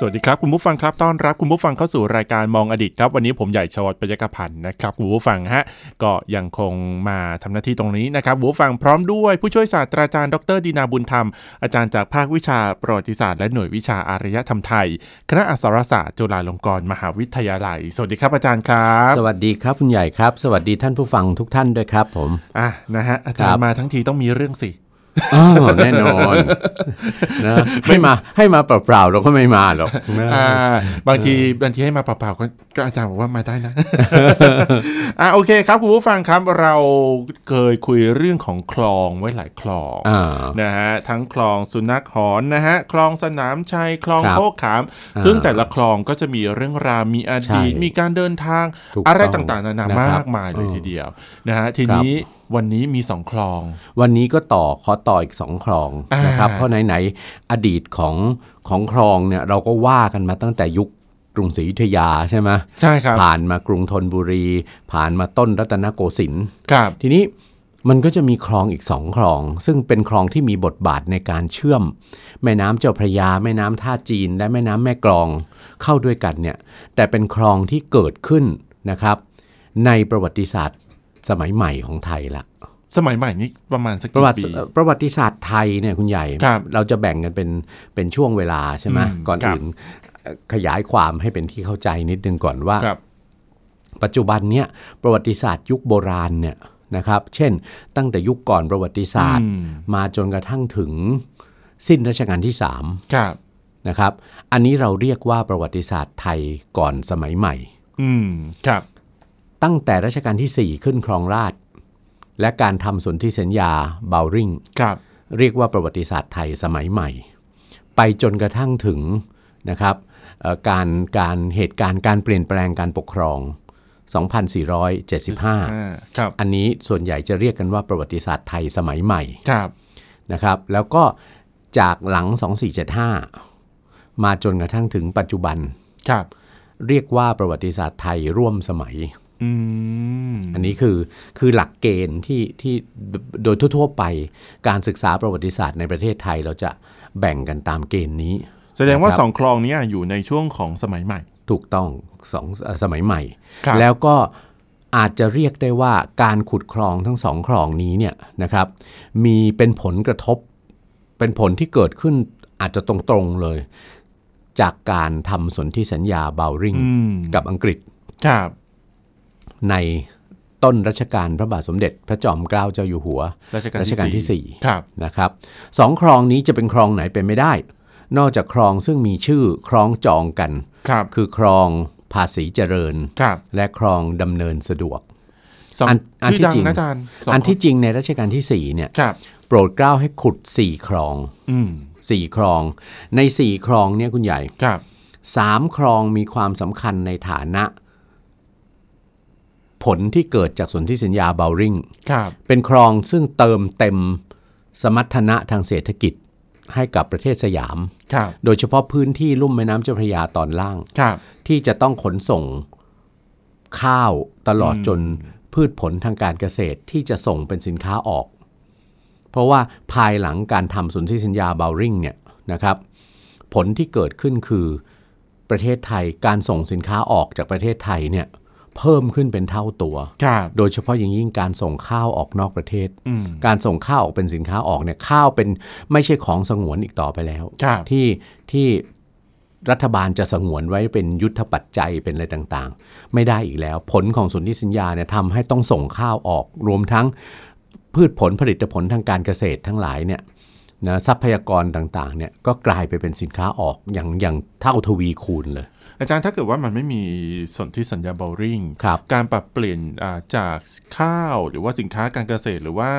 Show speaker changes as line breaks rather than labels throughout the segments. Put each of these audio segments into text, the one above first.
สวัสดีครับ คุณผู้ฟังครับต้อนรับคุณผู้ฟังเข้าสู่รายการมองอดีตครับ วันนี้ผมใหญ่ชวัตปยกพันธ์นะครับคุณผู้ฟังฮะก็ยังคงมาทำหน้าที่ตรงนี้นะครับคุณผู้ฟังพร้อมด้วยผู้ช่วยศาสตราจารย์ดรดีนาบุญธรรม อาจารย์จากภาควิชาประวัติศาสตร์และหน่วยวิชาอารยธรรมไทย คณะอักษรศาสตร์จุฬาลงกรณ์มหาวิทยาลัย สวัสดีครับอาจารย์ครับ
สวัสดีครับคุณใหญ่ครับ สวัสดีท่านผู้ฟังทุกท่านด้วยครับผม
อ่ะนะฮะอาจาร
ครั
ย์
บ
มาทั้งทีต้องมีเรื่องสิ
อ้าวแน่นอน นะไม่มาให้มาเปล่าๆเราก็ไม่มาหรอกนะ
อ่าบางทีบางทีให้มาเปล่าๆก็ก็อาจารย์บอกว่ามาได้นะ อ่ะโอเคครับคุณผู้ฟังครับเราเคยคุยเรื่องของคลองไว้หลายคลอง
อ่า
นะฮะทั้งคลองสุนัขหอนนะฮะคลองสนามชัยคลอง
ครับ
โคกขาม
อ่า
ซึ่งแต่ละคลองก็จะมีเรื่องราวมีอดีต
ใช่
มีการเดินทาง
ถูก
อะไร
ต้อง
ต่างๆนานา
นะครับ
มากมายเลย
อืม
ทีเดียวนะฮะที
ครับ
นี้วันนี้มีสองคลอง
วันนี้ก็ต่อขอต่ออีกสองคลองนะครับ
อ่า
เพราะไหนๆอดีตของของคลองเนี่ยเราก็ว่ากันมาตั้งแต่ยุคกรุงศรีอยุธยาใช่ไหม
ใช่ครับ
ผ่านมากรุงธนบุรี ผ่านมาต้นรัตนโกสินทร์
ครับ
ทีนี้มันก็จะมีคลองอีกสองคลอง ซึ่งเป็นคลองที่มีบทบาทในการเชื่อม แม่น้ำเจ้าพระยา แม่น้ำท่าจีน และแม่น้ำแม่กลองเข้าด้วยกันเนี่ยแต่เป็นคลองที่เกิดขึ้นนะครับ ในประวัติศาสตร์สมัยใหม่ของไทยละ
สมัยใหม่นี้ประมาณสัก
ประ
กี่
วัติ
ปี
ประวัติศาสตร์ไทยเนี่ยคุณใหญ่
ครับ
เราจะแบ่งกันเป็นเป็นช่วงเวลาใช่ไหม
อืม
ก่อน
ครับ
อื่นเอ่อขยายความให้เป็นที่เข้าใจนิดนึงก่อนว่า
ครับ
ปัจจุบันเนี่ยประวัติศาสตร์ยุคโบราณเนี่ยนะครับ เช่น ตั้งแต่ยุคก่อนประวัติศาสตร์
อืม
มาจนกระทั่งถึงสิ้นรัชกาลที่3
ครับ
นะครับ อันนี้เราเรียกว่าประวัติศาสตร์ไทยก่อนสมัยใหม่
อืมครับ
ตั้งแต่รัชกาลทีสี่ 4 ขึ้นครองราชย์และการทำสนธิสัญญาเบาริง
ครับ
เรียกว่าประวัติศาสตร์ไทยสมัยใหม่ ไปจนกระทั่งถึงนะครับเอ่อการการเหตุการณ์การเปลี่ยนแปลงการปกครอง 2475
ครับ
อันนี้ส่วนใหญ่จะเรียกกันว่าประวัติศาสตร์ไทยสมัยใหม่
ครับ
นะครับ แล้วก็จากหลัง 2475 มาจนกระทั่งถึงปัจจุบัน
ครับ
เรียกว่าประวัติศาสตร์ไทยร่วมสมัย
อืม
อันนี้คือคือหลักเกณฑ์ที่ที่โดยทั่วๆไป การศึกษาประวัติศาสตร์ในประเทศไทยเราจะแบ่งกันตามเกณฑ์นี้
แสดงว่า
นะครับ
สองคลองเนี้อยู่ในช่วงของสมัยใหม่
ถูกต้องสองเอ่อสมัยใหม่
ครับ
แล้วก็อาจจะเรียกได้ว่าการขุดคลองทั้งสองคลองนี้เนี่ยนะครับ มีเป็นผลกระทบ เป็นผลที่เกิดขึ้นอาจจะตรงๆเลย จากการทำสนธิสัญญาเบาริง
อืม
กับอังกฤษ
ครับ
ในต้นรัชกาลพระบาทสมเด็จ พระจอมเกล้าเจ้าอยู่หัว
รัชกาล
รัชกาลที่สี่
ครับ
นะครับสองคลองนี้จะเป็นคลองไหนเป็นไม่ได้ นอกจากคลองซึ่งมีชื่อคลองจองกัน
ครับ
คือคลองภาษีเจริญ
ครับ
และคลองดำเนินสะดวก
สอง
อันอัน
ชื่อ
ที่
ดัง
จริง
นะอาจารย์สง
อันที่จริงในรัชกาลที่ 4 เนี่ย
ครับ
โปรดเกล้าให้ขุด 4 คลอง
อืม
4 คลอง ใน 4 คลองเนี่ยคุณใหญ่
ครับ
3 คลองมีความสำคัญในฐานะ ผลที่เกิดจากสนธิสัญญาเบาริง
ครับ
เป็นคลองซึ่งเติมเต็มสมรรถนะทางเศรษฐกิจให้กับประเทศสยาม
ครับ
โดยเฉพาะพื้นที่ลุ่มแม่น้ำเจ้าพระยาตอนล่าง
ครับ
ที่จะต้องขนส่งข้าวตลอดจนพืชผลทางการเกษตรที่จะส่งเป็นสินค้าออก เพราะว่าภายหลังการทำสนธิสัญญาเบาริงเนี่ยนะครับ ผลที่เกิดขึ้นคือประเทศไทยการส่งสินค้าออกจากประเทศไทยเนี่ยเพิ่มขึ้นเป็นเท่าตัว
ครับ
โดยเฉพาะอย่างยิ่งการส่งข้าวออกนอกประเทศ
อืม
การส่งข้าวออกเป็นสินค้าออกเนี่ยข้าวเป็นไม่ใช่ของสงวนอีกต่อไปแล้ว
ครับ
ที่ที่รัฐบาลจะสงวนไว้เป็นยุทธปัจจัยเป็นอะไรต่างๆ ไม่ได้อีกแล้ว ผลของสนธิสัญญาเนี่ยทำให้ต้องส่งข้าวออก รวมทั้งพืชผลผลิตผลทางการเกษตรทั้งหลายเนี่ยนะทรัพยากรต่างๆเนี่ยก็กลายไปเป็นสินค้าออกอย่างอย่างเท่าทวีคูณเลย
อาจารย์ถ้าเกิดว่ามันไม่มีสนธิสัญญาเบลริง
ครับ
การปรับเปลี่ยนอ่าจากข้าวหรือว่าสินค้าการเกษตรหรือว่า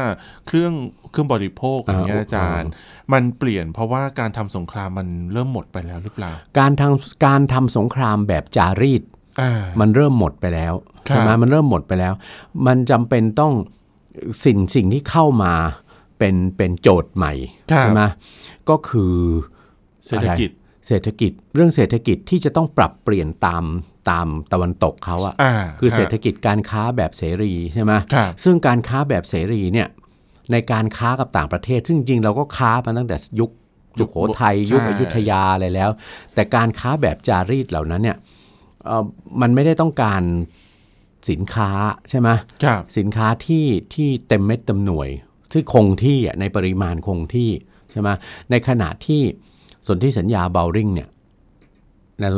เครื่องเครื่องบริโภคอย่างเงี้ย
อ่า
อาจารย์ มันเปลี่ยนเพราะว่าการทำสงครามมันเริ่มหมดไปแล้วหรือเปล่า
การทำการทำสงครามแบบจารีต
อ่า
มันเริ่มหมดไปแล้ว
ครับ
ใช่ไหมมันเริ่มหมดไปแล้ว มันจำเป็นต้อง สิ่งสิ่งที่เข้ามาเป็นเป็นโจทย์ใหม่
ครับ
ใช่ไหมก็คือ
เศรษฐกิจ
อะไรเศรษฐกิจเรื่องเศรษฐกิจที่จะต้องปรับเปลี่ยนตามตามตะวันตกเขาอะ
อ่า
คือเศรษฐ
ฮะ
กิจการค้าแบบเสรีใช่ไหม
ครับ
ซึ่งการค้าแบบเสรีเนี่ยในการค้ากับต่างประเทศ ซึ่งจริงๆเราก็ค้ามาตั้งแต่ยุคสุโขทัยยุคอยุธยาอะไรแล้ว แต่การค้าแบบจารีตเหล่านั้นเนี่ยเอ่อมันไม่ได้ต้องการสินค้าใช่ไหม
ครับ
สินค้าที่ที่เต็มเม็ดเต็มหน่วยที่คงที่อะในปริมาณคงที่ใช่ไหมในขณะที่สนธิสัญญาเบลริงเนี่ยนะ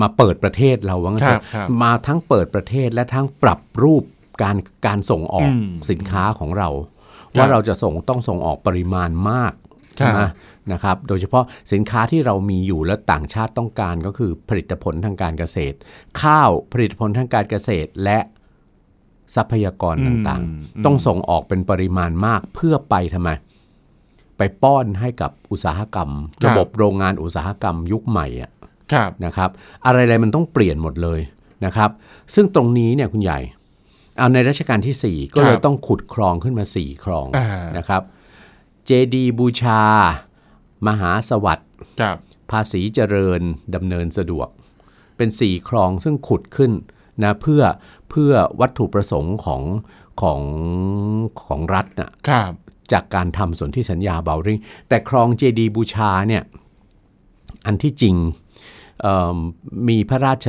มาเปิดประเทศเราว่างั้น
ค
เถ
รับ
อะ
ครับ
มาทั้งเปิดประเทศและทั้งปรับรูปการการส่งออก
อืม
สินค้าของเรา
ครับ
ว่าเราจะส่งต้องส่งออกปริมาณมาก
ครับ
ใช่ไหมนะครับ โดยเฉพาะสินค้าที่เรามีอยู่และต่างชาติต้องการก็คือผลิตผลทางการเกษตร ข้าวผลิตผลทางการเกษตรและทรัพยากรต่างๆ ต้องส่งออกเป็นปริมาณมากเพื่อไปทำไม ไปป้อนให้กับอุตสาหกรรม ระบบโรงงานอุตสาหกรรมยุคใหม่อะ
ครับ
นะครับอะไรๆมันต้องเปลี่ยนหมดเลยนะครับ ซึ่งตรงนี้เนี่ยคุณใหญ่เอาในรัชกาลทีสี่4 ก็เลยต้องขุดคลองขึ้นมา 4 คลอง
อ่า
นะครับ เจดีย์บูชา มหาสวัสดิ์
ครับ
ภาษีเจริญดำเนินสะดวก เป็น 4 คลองซึ่งขุดขึ้นนะเพื่อเพื่อวัตถุประสงค์ของของของรัฐน่ะ
ครับ
จากการทำสนธิสัญญาเบลริงแต่ครองเจดีย์บูชาเนี่ยอันที่จริงเอิ่มมีพระราช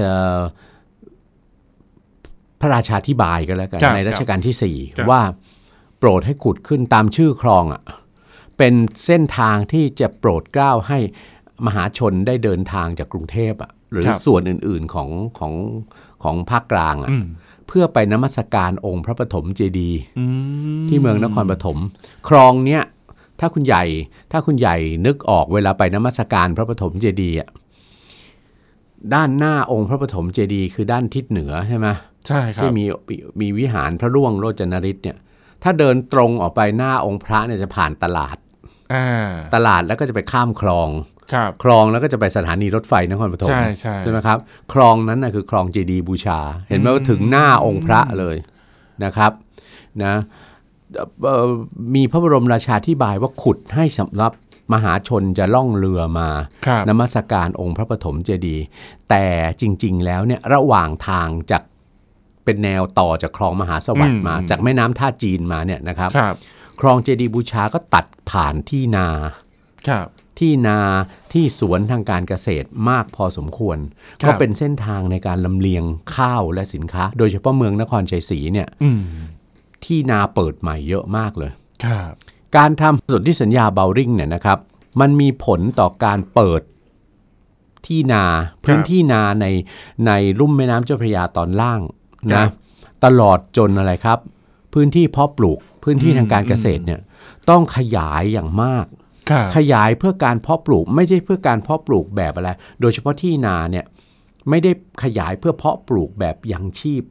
พระราชาธิบายกันแล้วกัน
ครับ
ในรัชกาลที่
ครับ
4 ว่าโปรดให้ขุดขึ้นตามชื่อครองอ่ะเป็นเส้นทางที่จะโปรดเกล้าให้มหาชนได้เดินทางจากกรุงเทพอ่ะหรือ
ครับ
ส่วนอื่นๆของของของภาคกลางอ่ะ
อืม
เพื่อไปนมัสการองค์พระปฐมเจดีย์
อืม
ที่เมืองนครปฐมคลองเนี้ยถ้าคุณใหญ่ถ้าคุณใหญ่นึกออกเวลาไปนมัสการพระปฐมเจดีย์อะด้านหน้าองค์พระปฐมเจดีย์คือด้านทิศเหนือใช่ไหม
ใช่ครับ
ที่มีมีวิหารพระร่วงโรจนฤทธิ์เนี่ยถ้าเดินตรงออกไปหน้าองค์พระเนี่ยจะผ่านตลาด
อ่า
ตลาดแล้วก็จะไปข้ามคลอง
ครับ
คลองแล้วก็จะไปสถานีรถไฟนครปฐม
ใช่ใช่
ไหมครับ คลองนั้นนะคือคลองเจดีย์บูชา เห็นไหมว่าถึงหน้าองค์พระเลยนะครับนะเอ่อมีพระบรมราชาธิบายว่าขุดให้สำหรับมหาชนจะล่องเรือมา
ครับ
นมัสการองค์พระปฐมเจดีย์แต่จริง ๆ แล้วเนี่ยระหว่างทางจากเป็นแนวต่อจากคลองมหาสวัสดิ์มา
อืม
จากแม่น้ำท่าจีนมาเนี่ยนะครับ
ครับ
คลองเจดีย์บูชาก็ตัดผ่านที่นา
ครับ
ที่นาที่สวนทางการเกษตรมากพอสมควร
ครับ
ก็เป็นเส้นทางในการลำเลียงข้าวและสินค้า โดยเฉพาะเมืองนครชัยศรีเนี่ย
อืม
ที่นาเปิดใหม่เยอะมากเลย
ครับ
การทำสนธิสัญญาเบลริงเนี่ยนะครับมันมีผลต่อการเปิดที่นาพื้นที่นาในในรุ่มแม่น้ำเจ้าพระยาตอนล่างนะตลอดจนอะไรครับ พื้นที่เพาะปลูกพื้นที่ทางการเกษตรเนี่ยต้องขยายอย่างมาก
ครับ
ขยายเพื่อการเพาะปลูกไม่ใช่เพื่อการเพาะปลูกแบบอะไร โดยเฉพาะที่นาเนี่ยไม่ได้ขยายเพื่อเพาะปลูกแบบยังชีพ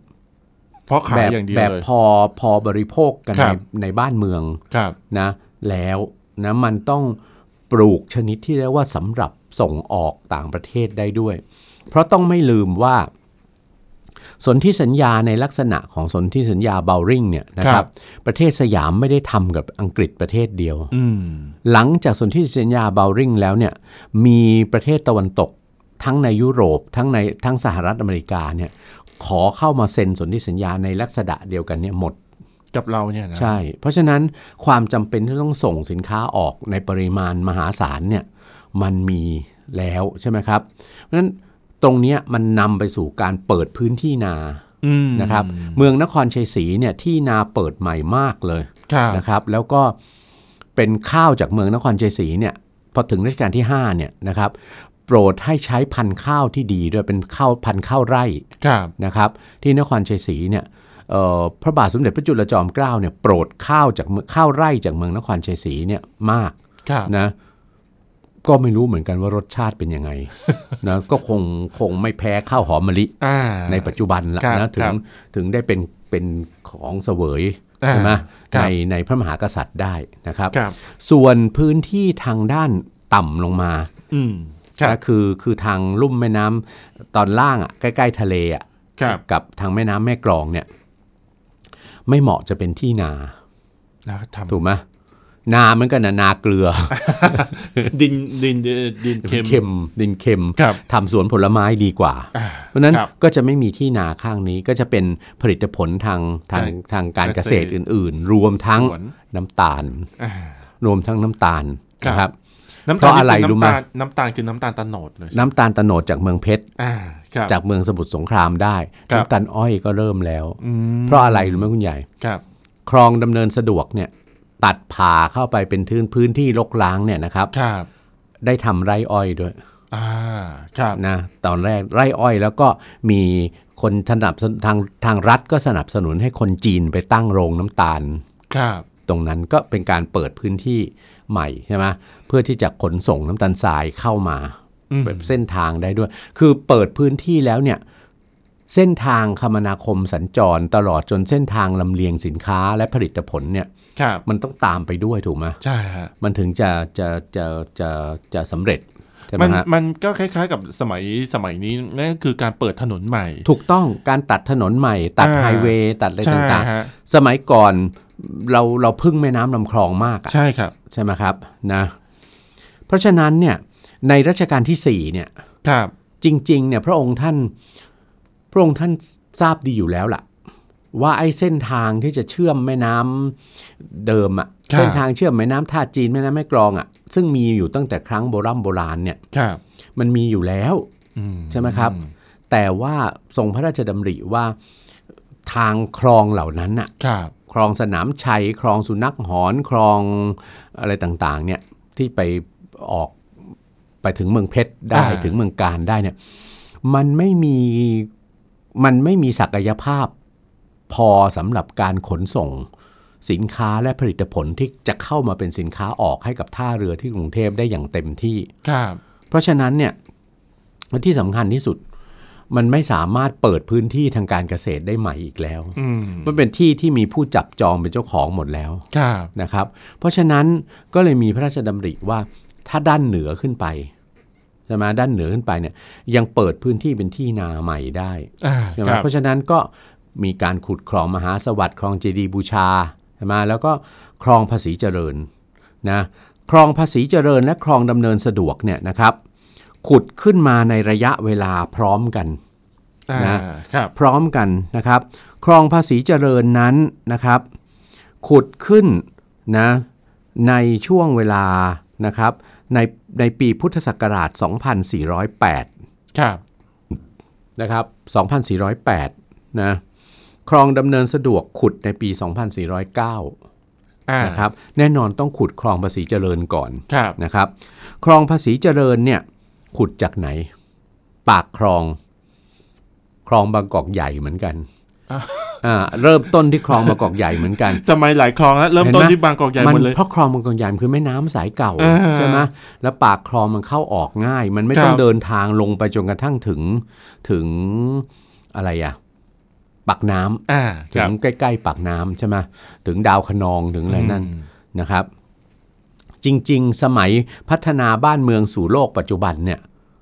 เพราะขา
แบ
ย
บ
อย่างเดียว
แบบ
เลย
พอพอบริโภคกัน
ค
ใน
รับ
ในบ้านเมือง
ครับ
นะแล้วนะมันต้องปลูกชนิดที่เรียกว่าสำหรับส่งออกต่างประเทศได้ด้วย เพราะต้องไม่ลืมว่า สนธิสัญญาในลักษณะของสนธิสัญญาเบลริงเนี่ยนะค
ครั
รับ บ ประเทศสยามไม่ได้ทำกับอังกฤษประเทศเดียว
อืม
หลังจากสนธิสัญญาเบลริงแล้วเนี่ยมีประเทศตะวันตก ทั้งในยุโรป ทั้งในทั้งสหรัฐอเมริกาเนี่ยขอเข้ามาเซ็นสนธิสัญญาในลักษณะเดียวกันเนี่ยหมด
กับเราเนี่ยนะ
ใช่ เพราะฉะนั้นความจำเป็นที่ต้องส่งสินค้าออกในปริมาณมหาศาลเนี่ยมันมีแล้วใช่ไหมครับ เพราะฉะนั้นตรงเนี้ยมันนำไปสู่การเปิดพื้นที่นา
อืม
นะครับเมืองนครชัยศรีเนี่ยที่นาเปิดใหม่มากเลย
ครับ
นะครับแล้วก็เป็นข้าวจากเมืองนครชัยศรีเนี่ยพอถึงรัชกาลที่5เนี่ยนะครับโปรดให้ใช้พันธุ์ข้าวที่ดีด้วยเป็นข้าวพันธุ์ข้าวไร่
ครับ
นะครับที่นครชัยศรีเนี่ยเอ่อพระบาทสมเด็จพระจุลจอมเกล้าเนี่ยโปรดข้าวจากเมืองข้าวไร่จากเมืองนครชัยศรีเนี่ยมาก
ครับ
นะก็ไม่รู้เหมือนกันว่ารสชาติเป็นยังไง นะก็คงคงไม่แพ้ข้าวหอมมะลิ
อ่า
ในปัจจุบันละ
ครั
นะ
บ
ถึ
ครั
ง
บ
ถึงได้เป็นเป็นของเสวย
อ่า
ใช่ไหม
ครับ
ในในพระมหากษัตริย์ได้นะครับ
ครับ
ส่วนพื้นที่ทางด้านต่ำลงมา
อืมครับ
ก็คือคือทางลุ่มแม่น้ำตอนล่างอ่ะใกล้ๆทะเลอ่ะ
ครับ
กับทางแม่น้ำแม่กลองเนี่ยไม่เหมาะจะเป็นที่นา
แล้วทำ
ถูกไหมนาเหมือนกันนะนาเกลือ
ดินดินดิ นเค็ม
ดินเค็ม
ครับ
ทำสวนผลไม้ดีกว่า
อ่า
เพราะฉะนั้น
ครับ
ก็จะไม่มีที่นาข้างนี้ก็จะเป็นผลิตผลทางทา
ทา
ง
ง
ทางการเกษตร
เกษตร
อื่น ๆ รวมทั้ง
สวน
น้ำตาล
อ่า
รวมทั้งน้ำตาล
ครับ
นะครับ
น้ำ
เพ
ตาล
ราะอะไร
นี่คื
รู้
น้ำ
ไหม
ตาลน้ำตาลคือน้ำตาลตะโนดเลย
น้ำตาลโตโนดจากเมืองเพชร
อ่าครับ
จากเมืองสมุทรสงครามได้
ครับ
น้ำตาลอ้อยก็เริ่มแล้ว
อืม
เพราะอะไรรู้ไหมคุณใหญ่
ครับ
คลองดำเนินสะดวกเนี่ยตัดผ่าเข้าไปเป็นทื้นพื้นที่รกร้างเนี่ยนะครับ
ครับ
ได้ทำไร่อ้อยด้วย
อ่าครับ
นะตอนแรกไร่อ้อยแล้วก็มีคนสนับสนุนทางทางรัฐก็สนับสนุนให้คนจีนไปตั้งโรงน้ำตาล
ครับ
ตรงนั้นก็เป็นการเปิดพื้นที่ใหม่ใช่ไหมเพื่อที่จะขนส่งน้ำตาลทรายเข้ามา
อืม
แบบเส้นทางได้ด้วย คือเปิดพื้นที่แล้วเนี่ยเส้นทางคมนาคมสัญจรตลอดจนเส้นทางลำเลียงสินค้าและผลิตผลเนี่ย
ครับ
มันต้องตามไปด้วยถูกไหม
ใช่ฮะ
มันถึงจะจะจะจะจะสำเร็จใช่ไหม
มัน
ฮะ
มันก็คล้ายๆกับสมัยสมัยนี้นั่นคือการเปิดถนนใหม่
ถูกต้องการตัดถนนใหม่ ตัด
อ่า
ไฮเวย์ตัดอะไร
ใช่
ต่าง
ฮะ
ๆ สมัยก่อนเราเราพึ่งแม่น้ำลำคลองมากอะ
ใช่ครับ
ใช่ไหมครับนะเพราะฉะนั้นเนี่ยในรัชกาลที่สี่เนี่ย
ครับ
จริงๆเนี่ยพระองค์ท่านพระองค์ท่านทราบดีอยู่แล้วล่ะ ว่าไอ้เส้นทางที่จะเชื่อมแม่น้ำเดิมอะเส้นทางเชื่อมแม่น้ำท่าจีนแม่น้ำแม่กลองอะซึ่งมีอยู่ตั้งแต่ครั้งโบราณโบราณเนี่ย
ครับ
มันมีอยู่แล้ว
อืม
ใช่ไหมครับ แต่ว่าทรงพระราชดำริว่าทางคลองเหล่านั้นอะ
ครับ
คลองสนามชัยคลองสุนัขหอนคลองอะไรต่างๆเนี่ยที่ไปออกไปถึงเมืองเพชรได้
า
ถึงเมืองการได้เนี่ยมันไม่มีมันไม่มีศักยภาพพอสำหรับการขนส่งสินค้าและผลิตผลที่จะเข้ามาเป็นสินค้าออกให้กับท่าเรือที่กรุงเทพได้อย่างเต็มที่
ครับ
เพราะฉะนั้นเนี่ยที่สำคัญที่สุด มันไม่สามารถเปิดพื้นที่ทางการเกษตรได้ใหม่อีกแล้ว
อืม
มันเป็นที่ที่มีผู้จับจองเป็นเจ้าของหมดแล้ว
ครับ
นะครับ เพราะฉะนั้นก็เลยมีพระราชดำริว่าถ้าด้านเหนือขึ้นไปใช่ไหมด้านเหนือขึ้นไปเนี่ยยังเปิดพื้นที่เป็นที่นาใหม่ได้
อ่า
ใช่ไหม
ครับ
เพราะฉะนั้นก็มีการขุดคลองมหาสวัสดิ์คลองเจดีย์บูชาใช่ไหมแล้วก็คลองภาษีเจริญนะคลองภาษีเจริญและคลองดำเนินสะดวกเนี่ยนะครับ ขุดขึ้นมาในระยะเวลาพร้อมกัน
อ่า
นะ
ครับ
พร้อมกันนะครับ คลองภาษีเจริญนั้นนะครับ ขุดขึ้นนะในช่วงเวลานะครับในในปีพุทธศักราช 2408
ครับ
นะครับ 2408 นะคลองดำเนินสะดวกขุดในปี 2409
อ่า
นะครับแน่นอนต้องขุดคลองภาษีเจริญก่อน
ครับ
นะครับคลองภาษีเจริญเนี่ยขุดจากไหน ปากคลองคลองบางกอกใหญ่เหมือนกัน อ่าเริ่มต้นที่คลองบางกอกใหญ่เหมือนกัน
ทำไมหลายคลองนะเริ่ม
เห็น
ต้น
ไหม
ที่บางกอกใหญ่หมดเลย
เพราะคลองบางกอกใหญ่มันคือแม่น้ำสายเก่า
อ่า
ใช่ไหมแล้วปากคลองมันเข้าออกง่าย มันไม่
ครับ
ต้องเดินทางลงไปจนกระทั่งถึงถึงอะไรอะปากน้ำ
อ่าค
ถึ
รับ
งใกล้ๆปากน้ำใช่ไหมถึงดาวคะนองถึงอะไรนั่น
ม
นะครับ จริงๆ สมัยพัฒนาบ้านเมืองสู่โลกปัจจุบันเนี่ย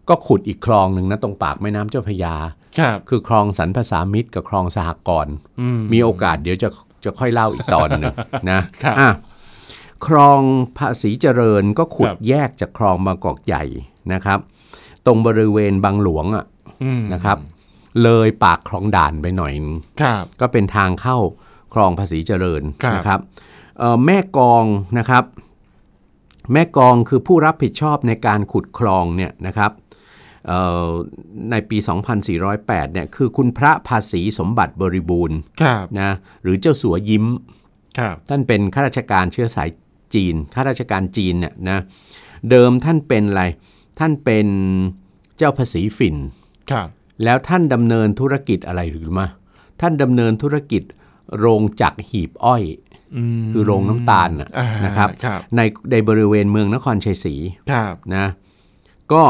ก็ขุดอีกคลองหนึ่งนะตรงปากแม่น้ำเจ้าพระยา
ครับ
คือคลองสรรพสามิตรกับคลองสหกรณ์
อืม
มีโอกาสเดี๋ยวจะจะค่อยเล่าอีกตอนหนึ ง นะครับ อ่ะคลองภาษีเจริญก็ขุ
ค
ด
รับ
แยกจากคลองบางกอกใหญ่นะครับ ตรงบริเวณบางหลวงอะ
อืม
นะครับ เลยปากคลองด่านไปหน่อยนึง
ครับ
ก็เป็นทางเข้าคลองภาษีเจริญ
ครับ
นะครับเอ่อแม่กองนะครับ แม่กองคือผู้รับผิดชอบในการขุดคลองเนี่ยนะครับเอ่อในปี 2408เนี่ยคือคุณพระภาษีสมบัติบริบูรณ์
ครับ
นะหรือเจ้าสัวยิ้ม
ครับ
ท่านเป็นข้าราชการเชื้อสายจีนข้าราชการจีนเนี่ยนะเดิมท่านเป็นอะไรท่านเป็นเจ้าภาษีฝิ่น
ครับ
แล้วท่านดำเนินธุรกิจอะไรหรือไมาท่านดำเนินธุรกิจโรงจักรหีบอ้อย
อืม
คือโรงน้ำตาลน่ะ
อ่า
นะครับ
ครับ
ในในบริเวณเมืองนครชัยศรี
ครับ
นะก็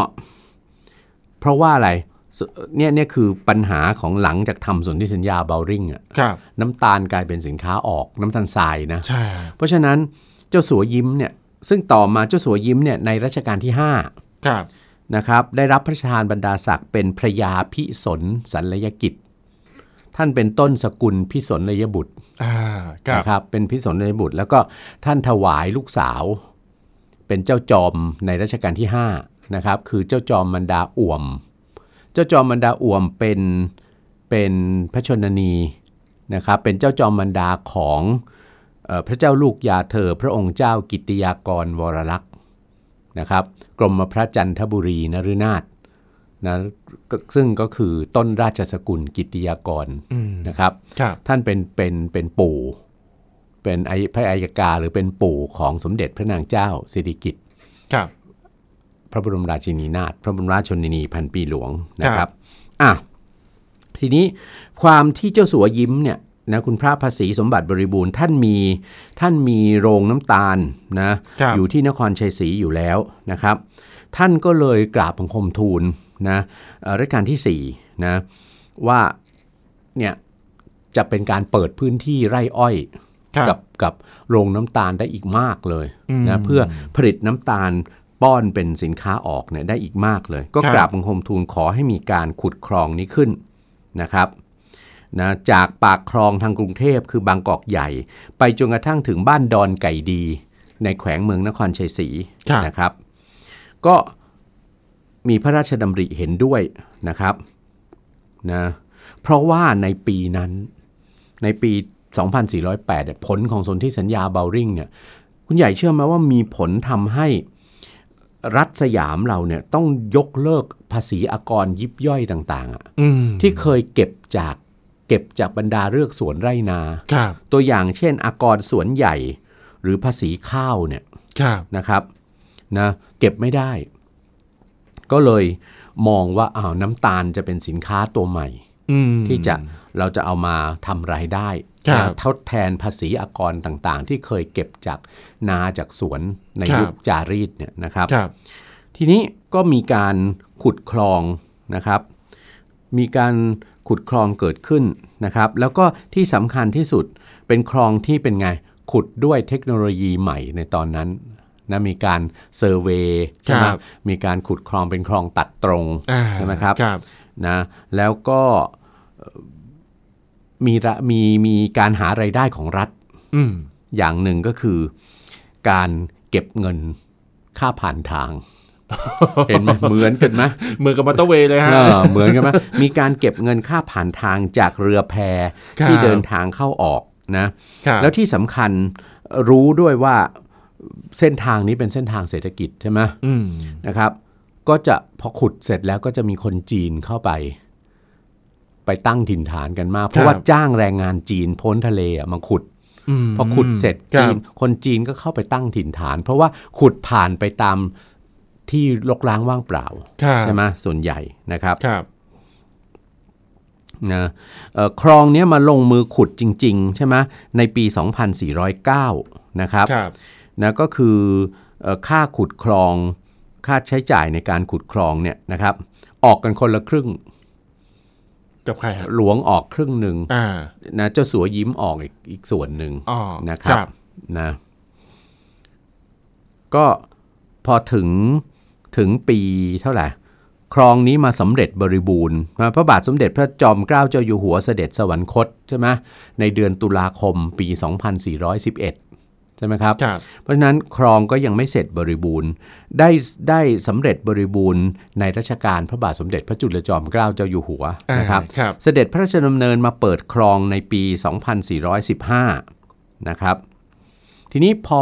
เพราะว่าอะไรสเนี่ยเนี่ยคือปัญหาของหลังจากทำสนธิสัญญาเบลริงอ่ะ
ครับ
น้ำตาลกลายเป็นสินค้าออกน้ำตาลทรายนะ
ใช่
เพราะฉะนั้นเจ้าสัวยิ้มเนี่ยซึ่งต่อมาเจ้าสัวยิ้มเนี่ยในรัชกาลที่
ครับ
5นะครับได้รับพระราชทานบรรดาศักดิ์เป็นพระยาพิสนสัลยกิจ ท่านเป็นต้นสกุลพิสนเลยบุตร
อ่าครับ
นะครับเป็นพิสนเลยบุตร แล้วก็ท่านถวายลูกสาว เป็นเจ้าจอมในรัชกาลที่5นะครับคือเจ้าจอมมันดาอ่วม เจ้าจอมมันดาอ่วมเป็นเป็นพระชนนีนะครับเป็นเจ้าจอมมันดาของเอ่อพระเจ้าลูกยาเธอ พระองค์เจ้ากิตติยากรวรลักษณ์นะครับกรมพระจันทบุรีนฤนาถนะก็ซึ่งก็คือต้นราชสกุลกิตติยากร
อืม
นะครับ
ครับ
ท่านเป็นเป็นเป็นปู่ เป็นไอพระอัยกาหรือเป็นปู่ของสมเด็จพระนางเจ้าสิริกิติ์
ครับ
พระบรมราชินีนาถพระบรมราชชนนีพันปีหลวงนะค
ครั
รับบ อ่ะทีนี้ความที่เจ้าสัวยิ้มเนี่ยนะคุณพระภาษีสมบัติบริบูรณ์ท่านมีท่านมีโรงน้ำตาลนะครับ อยู่ที่นครชัยศรีอยู่แล้วนะครับ ท่านก็เลยกราบบังคมทูลนะเอ่อรัชกาลที่สี่นะว่าเนี่ยจะเป็นการเปิดพื้นที่ไร่อ้อย
ครับ
กับกับโรงน้ำตาลได้อีกมากเลย
อืม
นะเพื่อผลิตน้ำตาลป้อนเป็นสินค้าออกเนี่ยได้อีกมากเลย ก็
ครับ
กราบบังคมทูลขอให้มีการขุดคลองนี้ขึ้นนะครับนะจากปากคลองทางกรุงเทพคือบางกอกใหญ่ ไปจนกระทั่งถึงบ้านดอนไก่ดี ในแขวงเมืองนครชัยศรี
ครับ
นะครับ ก็มีพระราชดำริเห็นด้วยนะครับนะเพราะว่าในปีนั้น ในปี 2408เนี่ยผลของสนธิสัญญาเบลริงเนี่ย คุณใหญ่เชื่อไหมว่ามีผลทำให้รัฐสยามเราเนี่ยต้องยกเลิกภาษีอากรยิบย่อยต่างๆอะ
อืม
ที่เคยเก็บจากเก็บจากบรรดาเรือกสวนไร่นา
ครับ
ตัวอย่างเช่น อากรสวนใหญ่ หรือภาษีข้าวเนี่ย
ครับ
นะครับนะเก็บไม่ได้ ก็เลยมองว่าอ้าวน้ำตาลจะเป็นสินค้าตัวใหม่
อืม
ที่จะเราจะเอามาทำรายได้
ครับ
นะทดแทนภาษีอากรต่างๆ ที่เคยเก็บจากนาจากสวนใน
ครับ
ยุคจารีตเนี่ยนะครับ
ครับ
ทีนี้ก็มีการขุดคลองนะครับ มีการขุดคลองเกิดขึ้นนะครับ แล้วก็ที่สำคัญที่สุดเป็นคลองที่เป็นไง ขุดด้วยเทคโนโลยีใหม่ในตอนนั้นนะมีการเซอร์เวย์ใช่ไหม
ครับ
มีการขุดคลองเป็นคลองตัดตรง
อ่า
ใช่ไหมครับ
ครับ
นะแล้วก็เอ่อมีระมีมีการหารายได้ของรัฐ
อืม
อย่างหนึ่งก็คือ การเก็บเงินค่าผ่าน ทาง เห็นไหมเหมือนกันไหม
เหมือนกับมอเตอร์เวย์เลยฮะ
เออเหมือนกันไหมมีการเก็บเงินค่าผ่านทางจากเรือแพ
ครับ
ที่เดินทางเข้าออกนะครับ แล้วที่สำคัญรู้ด้วยว่าเส้นทางนี้เป็นเส้นทางเศรษฐกิจใช่ไหม
อืม
นะครับ ก็จะพอขุดเสร็จแล้วก็จะมีคนจีนเข้าไป ไปตั้งถิ่นฐานกันมาก เพราะว่าจ้างแรงงานจีนพ้นทะเลอะมาขุด
อืม
พอขุดเสร็จ
ค
จี
บ
นคนจีนก็เข้าไปตั้งถิ่นฐาน เพราะว่าขุดผ่านไปตามที่รกร้างว่างเปล่า
ครับ
ใช่ไหมส่วนใหญ่นะครับ
ครับ
นะเอ่อคลองเนี้ยมาลงมือขุดจริง ๆ ใช่ไหมในปี 2409 นะครับ
ครับ
นะก็คือเอ่อค่าขุดคลองค่าใช้จ่ายในการขุดคลองเนี่ยนะครับ ออกกันคนละครึ่ง
กับใครครับ
หลวงออกครึ่งหนึ่ง
อ่า
นะเจ้าสัวยิ้มออกอีกอีกส่วนหนึ่ง
อ๋อ
นะครับนะก็พอถึงถึงปีเท่าไหร่คลองนี้มาสำเร็จบริบูรณ์นะพระบาทสมเด็จพระจอมเกล้าเจ้าอยู่หัวเสด็จสวรรคตใช่ไหมในเดือนตุลาคมปี 2411 ใช่ไหมครับ
ครับ
เพราะฉะนั้นครองก็ยังไม่เสร็จบริบูรณ์ ได้ได้สำเร็จบริบูรณ์ในรัชกาลพระบาทสมเด็จพระจุลจอมเกล้าเจ้าอยู่หัว
อ่าน
นะครับ
ครับ
เสด็จพระราชดำเนินมาเปิดครองในปี 2415 นะครับ ทีนี้พอ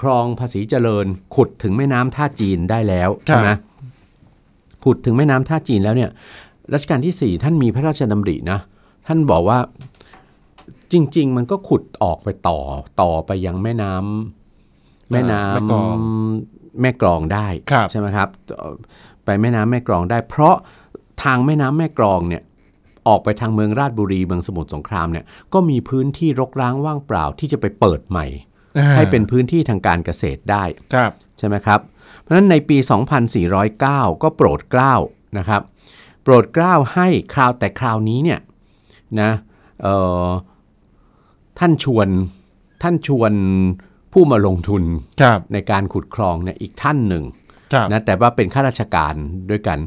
ครองภาษีเจริญขุดถึงแม่น้ำท่าจีนได้แล้ว
ครับ
ใช่ไหมขุดถึงแม่น้ำท่าจีนแล้วเนี่ยรัชกาลที่ 4 ท่านมีพระราชดำรินะ ท่านบอกว่าจริง ๆ มันก็ขุดออกไปต่อต่อไปยังแม่น้ำแม่น้ำ
แม่กลอง
แม่กลองได้
ครับ
ใช่ไหมครับเอ่อไปแม่น้ำแม่กลองได้ เพราะทางแม่น้ำแม่กลองเนี่ย ออกไปทางเมืองราชบุรีเมืองสมุทรสงครามเนี่ยก็มีพื้นที่รกร้างว่างเปล่าที่จะไปเปิดใหม่
อ่า
ให้เป็นพื้นที่ทางการเกษตรได้
ครับ
ใช่ไหมครับ เพราะฉะนั้นในปี 2409 ก็โปรดเกล้านะครับ โปรดเกล้าให้คราวแต่คราวนี้เนี่ยนะเอ่อท่านชวนท่านชวนผู้มาลงทุน
ครับ
ในการขุดคลองเนี่ยอีกท่านหนึ่ง
ครับ
นะแต่ว่าเป็นข้าราชการด้วยกัน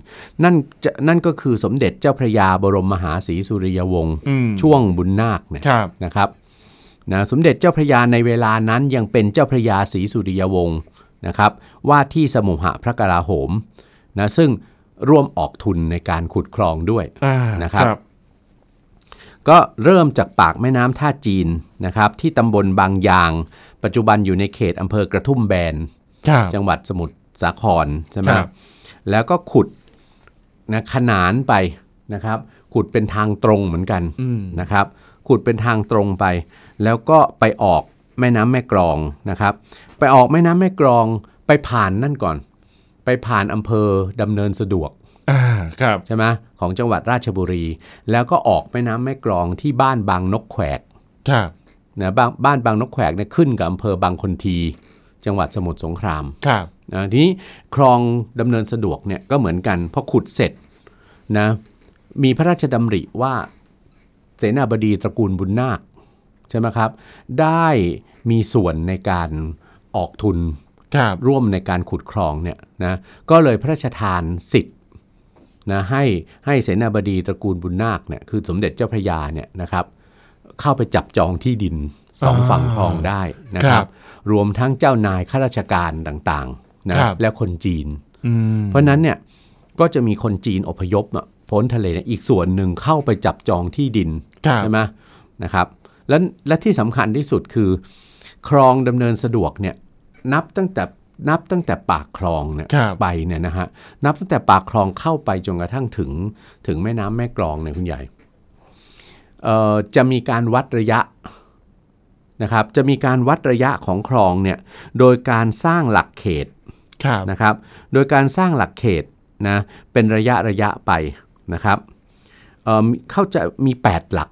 นั่นจะนั่นก็คือสมเด็จเจ้าพระยาบรมมหาศรีสุริยวงศ์
อืม
ช่วงบุญนาคเนี่ย
ครับ
นะครับนะสมเด็จเจ้าพระยาในเวลานั้นยังเป็นเจ้าพระยาศรีสุริยวงศ์นะครับว่าที่สมุหพระกราโหมนะซึ่งร่วมออกทุนในการขุดคลองด้วย
อ่า
นะครับ ก็เริ่มจากปากแม่น้ำท่าจีนนะครับที่ตำบลบางยาง ปัจจุบันอยู่ในเขตอำเภอกระทุ่มแบน
ครับ
จังหวัดสมุทรสาครใช่ไหม
ครับ
แล้วก็ขุดนะขนานไปนะครับ ขุดเป็นทางตรงเหมือนกัน
อืม
นะครับ ขุดเป็นทางตรงไป แล้วก็ไปออกแม่น้ำแม่กรองนะครับ ไปออกแม่น้ำแม่กรองไปผ่านนั่นก่อน ไปผ่านอำเภอดำเนินสะดวก
อ่าครับ
ใช่ไหมของจังหวัดราชบุรี แล้วก็ออกแม่น้ำแม่กรองที่บ้านบางนกแขวก
ครับ
นะบ้านบ้านบางนกแขวกเนี่ยขึ้นกับอำเภอบางคนที จังหวัดสมุทรสงคราม
ครับ
นะทีนี้คลองดำเนินสะดวกเนี่ยก็เหมือนกันพอขุดเสร็จนะมีพระราชดำริว่าเสนาบดีตระกูลบุญนาคใช่ไหมครับ ได้มีส่วนในการออกทุน
ครับ
ร่วมในการขุดคลองเนี่ยนะก็เลยพระราชทานสิทธิ์นะให้ให้เสนาบดีตระกูลบุญนาคเนี่ยคือสมเด็จเจ้าพระยาเนี่ยนะครับเข้าไปจับจองที่ดินสอง
อ่า
ฝั่งคลองได้นะค
ครั
รั
บบ
รวมทั้งเจ้านายข้าราชการต่างๆนะครับ และคนจีน
อืม
เพราะฉะนั้นเนี่ยก็จะมีคนจีนอพยพน่ะพ้นทะเลเนี่ยอีกส่วนหนึ่งเข้าไปจับจองที่ดิน
ครับ
ใช่ไหมนะครับและและที่สำคัญที่สุดคือ คลองดำเนินสะดวกเนี่ยนับตั้งแต่นับตั้งแต่ปากคลองเนี่ย
ครับ
ไปเนี่ยนะฮะนับตั้งแต่ปากคลองเข้าไปจนกระทั่งถึงถึงแม่น้ำแม่กลองเนี่ยคุณใหญ่เอ่อจะมีการวัดระยะนะครับจะมีการวัดระยะของคลองเนี่ยโดยการสร้างหลักเขต
ครับ
นะครับ โดยการสร้างหลักเขตนะเป็นระยะระยะไปนะครับเอ่อเข้าใจะมี 8 หลัก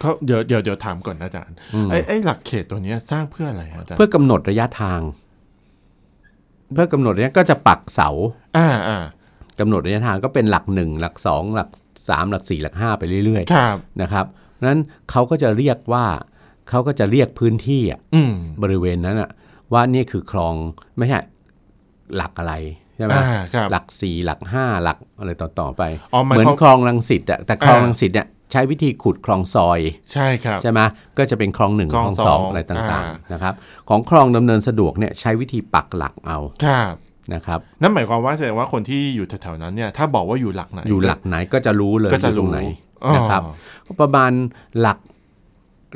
เขาเดี๋ยวเดี๋ยวเดี๋ยวถามก่อนนะอาจารย์
อืม
ไอ้ไอ้หลักเขตตัวเนี้ยสร้างเพื่ออะไรฮะอาจารย์
เพื่อกำหนดระยะทาง เพื่อกำหนดระยะก็จะปักเสา
อ่าอ่าก
ำหนดระยะทางก็เป็นหลัก 1 หลัก 2 หลัก 3 หลัก 4 หลัก 5 ไปเรื่อย
ครับ
ๆนะครับนั้นเขาก็จะเรียกว่าเขาก็จะเรียกพื้นที่อะ
อืม
บริเวณนั้นอะว่านี่คือคลองไม่ใช่หลักอะไรใช่ไหม
อ่าครับ
หลักสี่หลักห้าหลักอะไรต่อต่อไป
อ๋อหมาย
เหมือน
ความ
คลองลังสิตอะแต่คลอง
อ่า
ลังสิตเนี่ยใช้วิธีขุดคลองซอย
ใช่ครับ
ใช่ไหมก็จะเป็นคลองหนึ่ง
ค
ค
ล
ล
อ
อง ง
ส
ส
อ
อง งอะไรต่าง
อ่า
ๆนะครับของคลองดำเนินสะดวกเนี่ยใช้วิธีปักหลักเอา
ครับ
นะครับ
นั่นหมายความว่าแสดงว่าคนที่อยู่แถวๆนั้นเนี่ย ถ้าบอกว่าอยู่หลักไหน
อยู่หลักไหนก็จะรู้เลย
ก็จะ
อยู่ตร
รู้
งไหน
อ๋อ
นะครับก็ประมาณหลัก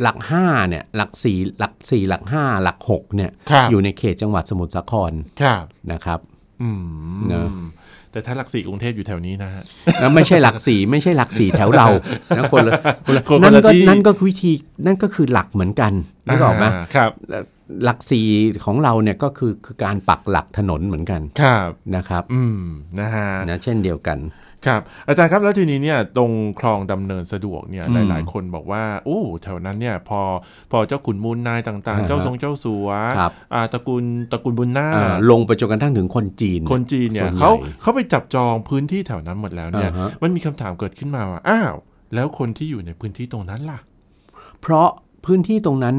หลักห้าเนี่ยหลักสี่หลักสี่หลักห้าหลักหกเนี่ย
ครับ
อยู่ในเขตจังหวัดสมุทรสาคร
ครับ
นะครับ
อืม
นะ
แต่ถ้าหลักสี่กรุงเทพอยู่แถวนี้นะฮะ
นะไม่ใช่หลักสี่ไม่ใช่หลักสี่แถว เรานะคนละคนละ
คนละ
นั่นก็
ที่
นั่นก็คือวิธีนั่นก็คือหลักเหมือนกันนึกออกไหม
อ่าครับ
หลักสี่ของเราเนี่ยก็คือคือการปักหลักถนนเหมือนกัน
ครับ
นะครับ
อืมนะฮะ
นะเช่นเดียวกัน
ครับอาจารย์ครับแล้วทีนี้เนี่ยตรงคลองดำเนินสะดวกเนี่ย
อืม
หลาย ๆ คนบอกว่าโอ้แถวนั้นเนี่ยพอพอเจ้าขุนมูลนายต่าง
อ่า
ๆ
ฮะ
เจ้าทรงเจ้าสัว
ครับ
อ่าตระกูลตระกูลบุญนาค
อ่าลงไปจนกระทั่งถึงคนจีน
คนจีนเนี่ย
ส่วนใหญ่
เขาเขาไปจับจองพื้นที่แถวนั้นหมดแล้วเนี่ย
อ่าฮะ
มันมีคำถามเกิดขึ้นมาว่าอ้าวแล้วคนที่อยู่ในพื้นที่ตรงนั้นล่ะ
เพราะพื้นที่ตรงนั้น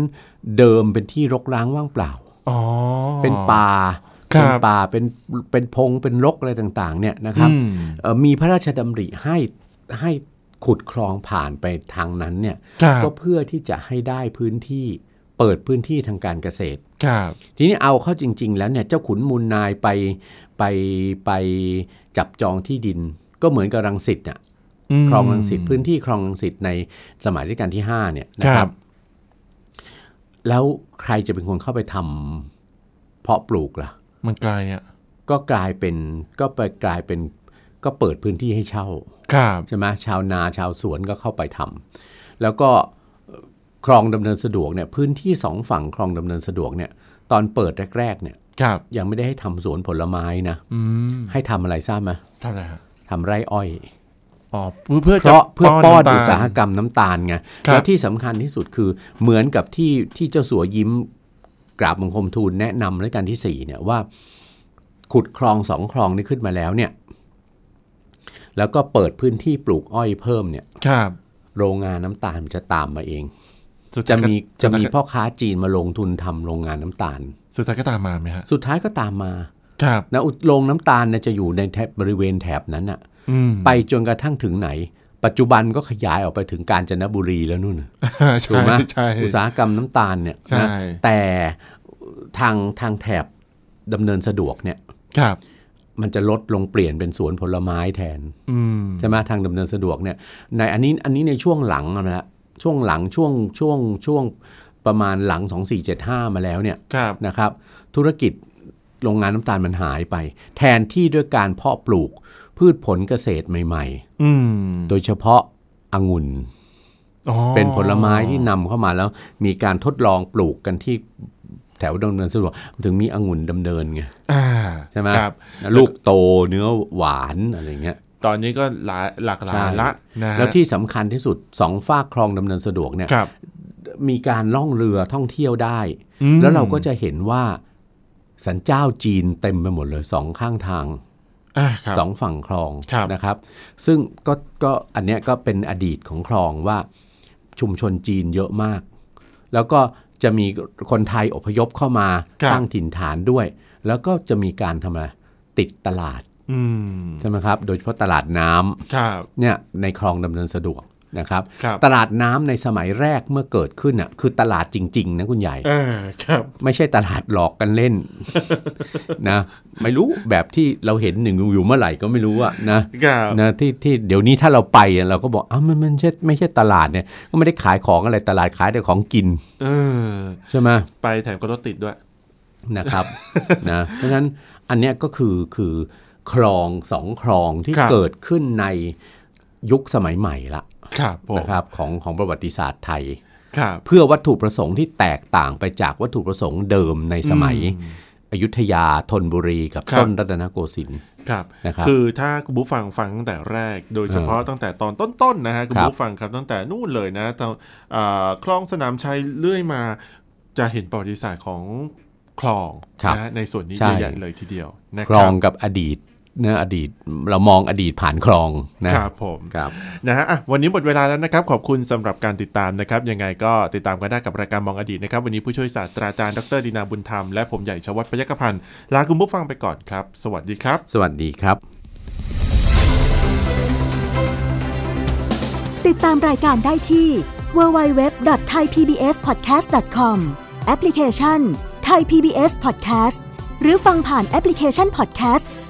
เดิมเป็นที่รกร้างว่างเปล่า
อ๋อ
เป็นป่า
ครับ
เป็นป่าเป็นเป็นพงเป็นรกอะไรต่างๆเนี่ยนะครับ
อืม
เอ่อมีพระราชดำริให้ให้ขุดคลองผ่านไปทางนั้นเนี่ย
ครับ
ก็เพื่อที่จะให้ได้พื้นที่เปิดพื้นที่ทางการเกษตร
ครับ
ทีนี้เอาเข้าจริง ๆ แล้วเนี่ยเจ้าขุนมูลนายไปไปไปจับจองที่ดิน ก็เหมือนกับรังสิตน่ะ
ม
คลองรังสิตพื้นที่คลองรังสิตในสมัยรัชกาลที่ห้าเนี่ยนะค
ครั
รับ บ แล้วใครจะเป็นคนเข้าไปทำเพาะปลูกล่ะ
มันไกลอ่ะ
ก็กลายเป็นก็ไปกลายเป็นก็เปิดพื้นที่ให้เช่า
ครับ
ใช่ไหมชาวนาชาวสวนก็เข้าไปทำแล้วก็เอ่อคลองดำเนินสะดวกเนี่ยพื้นที่สองฝั่งคลองดำเนินสะดวกเนี่ยตอนเปิดแรกๆเนี่ย
ครับ
ยังไม่ได้ให้ทำสวนผลไม้นะ
อืม
ให้ทำอะไรทราบไหม
ทำอะไรฮะ
ทำไร่อ้อย
อ๋อเพื่อ
เพราะเพื่อป้อนอุตสาห
กรรม
กรรมน้ำตาลไง
ครับ
แล้วที่สำคัญที่สุดคือเหมือนกับที่ที่เจ้าสัวยิ้มกราบบังคมทูลแนะนำรัชกาลที่สี่เนี่ยว่าขุดคลองสองคลองนี้ขึ้นมาแล้วเนี่ยแล้วก็เปิดพื้นที่ปลูกอ้อยเพิ่มเนี่ย
ครับ
โรงงานน้ำตาลมันจะตามมาเอง
สุดท้ายก็
จะมีจะ
สุด
มี
ท้ายก็
พ่อค้าจีนมาลงทุนทำโรงงานน้ำตาล
สุดท้ายก็ตามมาไหมฮะ
สุดท้ายก็ตามมา
ครับ
นะอุดโรงน้ำตาลนะจะอยู่ในแถบบริเวณแถบนั้นอะ
อืม
ไปจนกระทั่งถึงไหน ปัจจุบันก็ขยายออกไปถึงกาญจนบุรีแล้ว นู่นน่ะ ถู
ใช่
กไหม
ใช่
อุตสาหกรรมน้ำตาลเนี่ย
ใช่
นะแต่ทางทางแถบดำเนินสะดวกเนี่ย
ครับ
มันจะลดลงเปลี่ยนเป็นสวนผลไม้แทน
อืม
ใช่ไหมทางดำเนินสะดวกเนี่ยในอันนี้อันนี้ในช่วงหลังนะฮะช่วงหลังช่วงช่วงช่วงประมาณหลัง 2475 มาแล้วเนี่ย
ครับ
นะครับ ธุรกิจโรงงานน้ำตาลมันหายไป แทนที่ด้วยการเพาะปลูกพืชผลเกษตรใหม่
อืม
ๆ โดยเฉพาะองุ่น
อ๋อ
เป็นผลไม้ที่นำเข้ามาแล้วมีการทดลองปลูกกันที่แถวดำเนินสะดวกถึงมีองุ่นดำเนินไง
อ่า
ใช่ไหม
ครับ
ลูกโตเนื้อหวานอะไรเงี้ย
ตอนนี้ก็หลายหลากหลา
ใช่
ยละนะฮะ
แล้วที่สำคัญที่สุดสองฝากคลองดำเนินสะดวกเนี่ย
ครับ
มีการล่องเรือท่องเที่ยวได้
อืม
แล้วเราก็จะเห็นว่าสันเจ้าจีนเต็มไปหมดเลยสองข้างทาง
อ่าครับ
สองฝั่งคลอง
ครับ
นะครับ ซึ่งก็ก็อันเนี้ยก็เป็นอดีตของคลองว่าชุมชนจีนเยอะมาก แล้วก็จะมีคนไทยอพยพเข้ามาตั้งถิ่นฐานด้วย แล้วก็จะมีการทำอะไรติดตลาด
อืม
ใช่ไหมครับ โดยเฉพาะตลาดน้ำ
ครับ
เนี่ยในคลองดำเนินสะดวกนะครับ
ครับ
ตลาดน้ำในสมัยแรกเมื่อเกิดขึ้นอ่ะคือตลาดจริง ๆ นะคุณใหญ่
เออครับ
ไม่ใช่ตลาดหลอกกันเล่น นะไม่รู้แบบที่เราเห็นหนึ่งอยู่เมื่อไหร่ก็ไม่รู้อะนะครับ นะที่ที่เดี๋ยวนี้ถ้าเราไปอะเราก็บอกอ้าวมันมันไม่ใช่ไม่ใช่ตลาดเนี่ยก็ไม่ได้ขายของอะไรตลาดขายแต่ของกิน
เออ
ใช่ไหม
ไปแถมก็รถติดด้วย
นะครับ นะเพราะฉะนั้นอันเนี้ยก็คือคือคลองสองคลองที่
ครับ
เกิดขึ้นในยุคสมัยใหม่ละ
ครับผม
นะครับของของประวัติศาสตร์ไทย
ครับ
เพื่อวัตถุประสงค์ที่แตกต่างไปจากวัตถุประสงค์เดิมในสมัย อยุธยาธนบุรีกับ
ครับ
ต้นรัตนโกสินทร์
ครับ
นะครับ
อถ้าคุณผู้ฟังฟังตั้งแต่แรก โดยเฉพาะตั้งแต่ตอนต้นๆนะฮะคุณ
ครับ
ผู้ฟังครับตั้งแต่นู่นเลยนะตอนอ่าคลองสนามชัยเลื่อยมา จะเห็นประวัติศาสตร์ของคลอง
ครับ
นะฮะในส่วนนี้
ใช่
เยอะแยะเลยทีเดียวนะค
คลอ
รั
ง
บ
กับอดีตนะอดีตเรามองอดีตผ่านคลองนะครับ
ผม
ครับ
นะฮะอ่ะวันนี้หมดเวลาแล้วนะครับ ขอบคุณสำหรับการติดตามนะครับ ยังไงก็ติดตามกันได้กับรายการมองอดีตนะครับ วันนี้ผู้ช่วยศาสตราจารย์ดรดินาบุญธรรม และผมใหญ่ชวัฒน์พยัคฆพันธ์ลาคุณผู้ฟังไปก่อนครับ สวัสดีครับ
สวัสดีครับ
ติดตามรายการได้ที่ www.thaipbspodcast.com แอปพลิเคชัน Thai PBS Podcast หรือฟังผ่านแอปพลิเคชัน Podcast